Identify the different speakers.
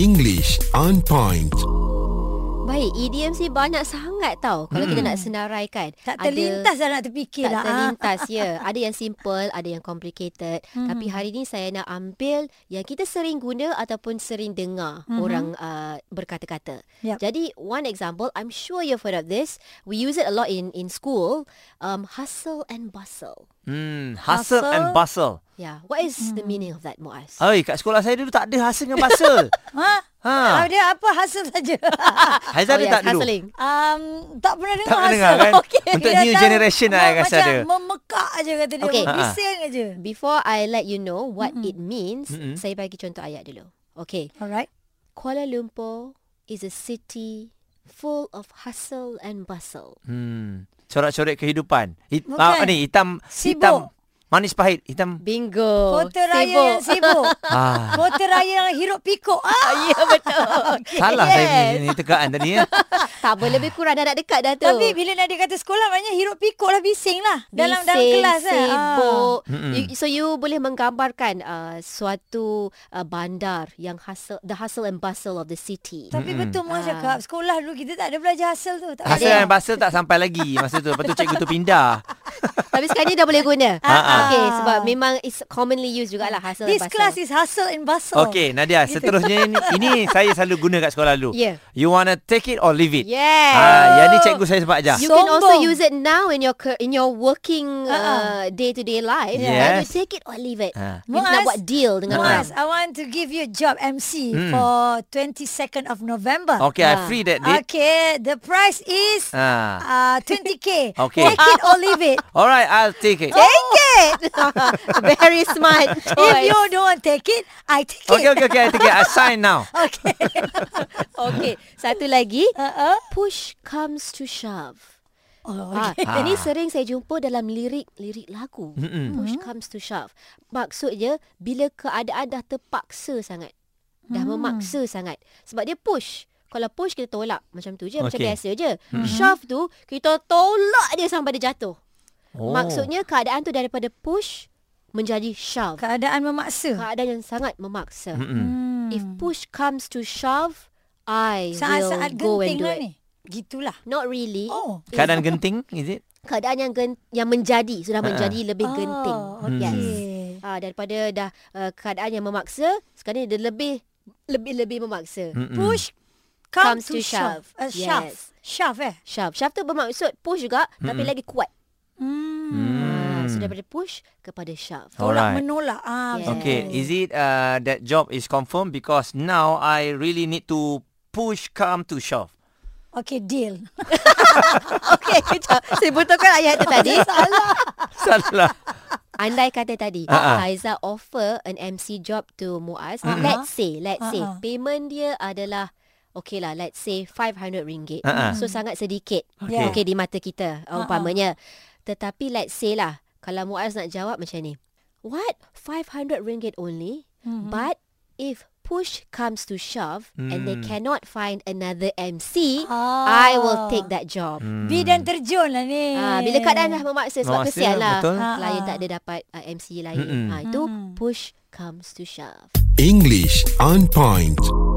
Speaker 1: English on point.
Speaker 2: Baik, EDM sih banyak sangat tau kalau hmm. kita nak senaraikan.
Speaker 3: Tak terlintas dah nak terfikir
Speaker 2: tak
Speaker 3: lah.
Speaker 2: terlintas ya. Ada yang simple, ada yang complicated. Mm-hmm.
Speaker 3: Hmm.
Speaker 2: Tapi hari ni saya nak ambil yang kita sering guna ataupun sering dengar mm-hmm.
Speaker 3: Hmm.
Speaker 2: orang uh, berkata-kata.
Speaker 3: Yep.
Speaker 2: Jadi one example, I'm sure you've heard of this. We use it a lot in in school. Um, hustle and bustle.
Speaker 4: Hmm, hustle,
Speaker 3: Hustle.
Speaker 4: and bustle.
Speaker 2: Yeah, what is
Speaker 3: Hmm.
Speaker 2: the meaning of that, Muaz?
Speaker 4: Oi, kat sekolah saya dulu tak ada hustle dengan bustle.
Speaker 3: Ha?
Speaker 4: ha.
Speaker 3: ha. Ada apa hasil saja.
Speaker 4: Haizal
Speaker 2: Oh, ya,
Speaker 4: ada tak dulu?
Speaker 2: hustling.
Speaker 3: um, tak pernah dengar
Speaker 4: pernah
Speaker 3: hasil.
Speaker 4: dengar, kan?
Speaker 3: Okey,
Speaker 4: Untuk
Speaker 3: dia
Speaker 4: new
Speaker 3: tahu
Speaker 4: generation lah, saya rasa
Speaker 3: macam
Speaker 4: ada. Ha.
Speaker 3: memekak je kata dia.
Speaker 2: Okey.
Speaker 3: Okay. Bising aje.
Speaker 2: Before I let you know what
Speaker 3: Hmm.
Speaker 2: mm-hmm. it means,
Speaker 4: Mm-mm.
Speaker 2: mm-hmm. saya bagi contoh ayat dulu. Okay.
Speaker 3: Alright.
Speaker 2: Kuala Lumpur is a city full of hustle and bustle.
Speaker 4: Hmm. Corak-corik kehidupan. Hit,
Speaker 3: Bukan.
Speaker 4: ah, ni hitam
Speaker 3: Sibuk.
Speaker 4: hitam manis pahit hitam.
Speaker 2: Bingo.
Speaker 3: Kota raya yang sibuk.
Speaker 4: Ah.
Speaker 3: Kota raya yang hirup pikuk. Ah,
Speaker 2: ya betul.
Speaker 4: Salah
Speaker 2: yes.
Speaker 4: yes. saya punya ni tegaan tadi ya.
Speaker 2: Tak boleh lebih kurang dah nak dekat dah tu.
Speaker 3: Tapi bila Nadia kata sekolah maknanya hirup pikuk lah bising lah. Dalam dalam
Speaker 2: Bising,
Speaker 3: kelas eh. Ah.
Speaker 2: sibuk.
Speaker 4: Mm-mm.
Speaker 2: You, so you boleh menggambarkan uh, suatu uh, bandar yang hustle the hustle and bustle of the city.
Speaker 3: Tapi
Speaker 4: Mm-mm.
Speaker 3: betul
Speaker 2: Ah.
Speaker 3: Mak cakap sekolah dulu kita tak ada belajar hasil tu. Tak
Speaker 4: Hmm. Hasil
Speaker 3: ada.
Speaker 4: dan bustle tak sampai lagi masa tu. Lepas tu cikgu tu pindah.
Speaker 2: Tapi sekarang ni dah boleh guna.
Speaker 3: Ah.
Speaker 2: Okay, sebab memang it's commonly used jugalah hustle
Speaker 3: This
Speaker 2: and bustle.
Speaker 3: class is hustle and bustle.
Speaker 4: Okey, Nadia, seterusnya ini, ini saya selalu guna kat sekolah dulu.
Speaker 2: Yeah.
Speaker 4: You wanna take it or leave it?
Speaker 2: Yeah.
Speaker 4: Ah, yang ni cikgu saya sebab ajar.
Speaker 2: You can also
Speaker 3: Sombong.
Speaker 2: use it now in your cur- in your working
Speaker 3: Ah,
Speaker 2: uh, day-to-day life.
Speaker 4: Yes.
Speaker 2: And you take it or leave it.
Speaker 4: Ah.
Speaker 2: You nak
Speaker 3: Muaz.
Speaker 2: buat deal dengan orang.
Speaker 3: Muaz, I want to give you a job MC
Speaker 4: Hmm.
Speaker 3: for 22nd of November.
Speaker 4: Okay, I
Speaker 2: Ah.
Speaker 4: free that date.
Speaker 3: Okay, the price is
Speaker 4: Ah.
Speaker 3: uh, 20k.
Speaker 4: Okay. Oh,
Speaker 3: Take it or leave it.
Speaker 4: Alright, I'll take it.
Speaker 3: Take it.
Speaker 2: Ah, Very smart
Speaker 3: If
Speaker 2: choice.
Speaker 3: you don't take it, I take
Speaker 4: Okay,
Speaker 3: it.
Speaker 4: okay, okay. I take it. I sign now.
Speaker 3: Okay.
Speaker 2: Okay, satu lagi.
Speaker 3: Uh-uh.
Speaker 2: Push comes to shove.
Speaker 3: Oh,
Speaker 2: Ah,
Speaker 3: okay.
Speaker 2: Ini sering saya jumpa dalam lirik-lirik lagu.
Speaker 4: Mm-mm.
Speaker 2: Push
Speaker 3: Hmm.
Speaker 2: comes to shove. Maksudnya bila keadaan dah terpaksa sangat. Dah
Speaker 3: Hmm.
Speaker 2: memaksa sangat. Sebab dia push. Kalau push kita tolak macam tu je, okay. macam
Speaker 4: Okey.
Speaker 2: biasa je. Shove tu kita tolak dia sampai dia jatuh.
Speaker 4: Oh.
Speaker 2: Maksudnya keadaan tu daripada push menjadi shove.
Speaker 3: Keadaan memaksa. Hmm.
Speaker 2: Keadaan yang sangat memaksa.
Speaker 4: Mm-mm.
Speaker 2: If push comes to shove, I
Speaker 3: Saat-saat
Speaker 2: will go and
Speaker 3: genting
Speaker 2: do
Speaker 3: lah
Speaker 2: it.
Speaker 3: ni. Gitulah.
Speaker 2: Not really.
Speaker 3: Oh.
Speaker 2: It's
Speaker 4: Keadaan genting, is it?
Speaker 2: keadaan yang gen, yang menjadi sudah
Speaker 4: Ha-ha.
Speaker 2: menjadi lebih genting.
Speaker 4: Hmm.
Speaker 3: Oh,
Speaker 2: Yes.
Speaker 3: okay.
Speaker 2: Ah daripada dah uh, keadaan yang memaksa, sekarang ni dia lebih lebih lebih memaksa.
Speaker 4: Mm-mm.
Speaker 3: Push comes to shove. Uh, shove.
Speaker 2: Yes.
Speaker 3: Shove eh.
Speaker 2: Shove. Shove tu bermaksud push juga tapi lagi kuat.
Speaker 3: Hmm.
Speaker 2: Ah, so daripada push kepada shove.
Speaker 4: Oh.
Speaker 3: Tolak
Speaker 4: Alright.
Speaker 3: menolak. Ah,
Speaker 2: Yes.
Speaker 4: Okay, is it uh, that job is confirmed because now I really need to push come to shove.
Speaker 3: Okay, deal.
Speaker 2: Okey, kejap. Saya betulkan ayat tu tadi.
Speaker 4: Salah.
Speaker 2: Andai kata tadi
Speaker 4: Ah, ah.
Speaker 2: uh-huh. Haiza offer an MC job to Muaz
Speaker 3: Ah, ah.
Speaker 2: uh-huh. Let's say Let's uh-huh. say
Speaker 3: Ah, ah.
Speaker 2: Payment dia adalah Okay lah let's say RM500 ringgit
Speaker 4: Ah, ah.
Speaker 2: uh-huh. So sangat sedikit
Speaker 4: Okay.
Speaker 2: okay. okay di mata kita
Speaker 3: Ah,
Speaker 2: uh-huh. Umpamanya Tetapi let's say lah Kalau Muaz nak jawab macam ni What RM500 ringgit only uh-huh.
Speaker 3: Mm-hmm.
Speaker 2: But If push comes to shove hmm. And they
Speaker 4: Hmm.
Speaker 2: cannot find another MC
Speaker 3: Ah.
Speaker 2: I will take that job
Speaker 4: Hmm.
Speaker 3: Bidan terjun lah ni.
Speaker 2: Ah, bila keadaan dah memaksa sebab
Speaker 4: Memaksa,
Speaker 2: kesian lah
Speaker 4: betul.
Speaker 2: klien
Speaker 3: Ah,
Speaker 2: tak ada dapat uh, MC lain.
Speaker 4: Mm-mm.
Speaker 2: Ha, itu push comes to shove.
Speaker 1: English on point.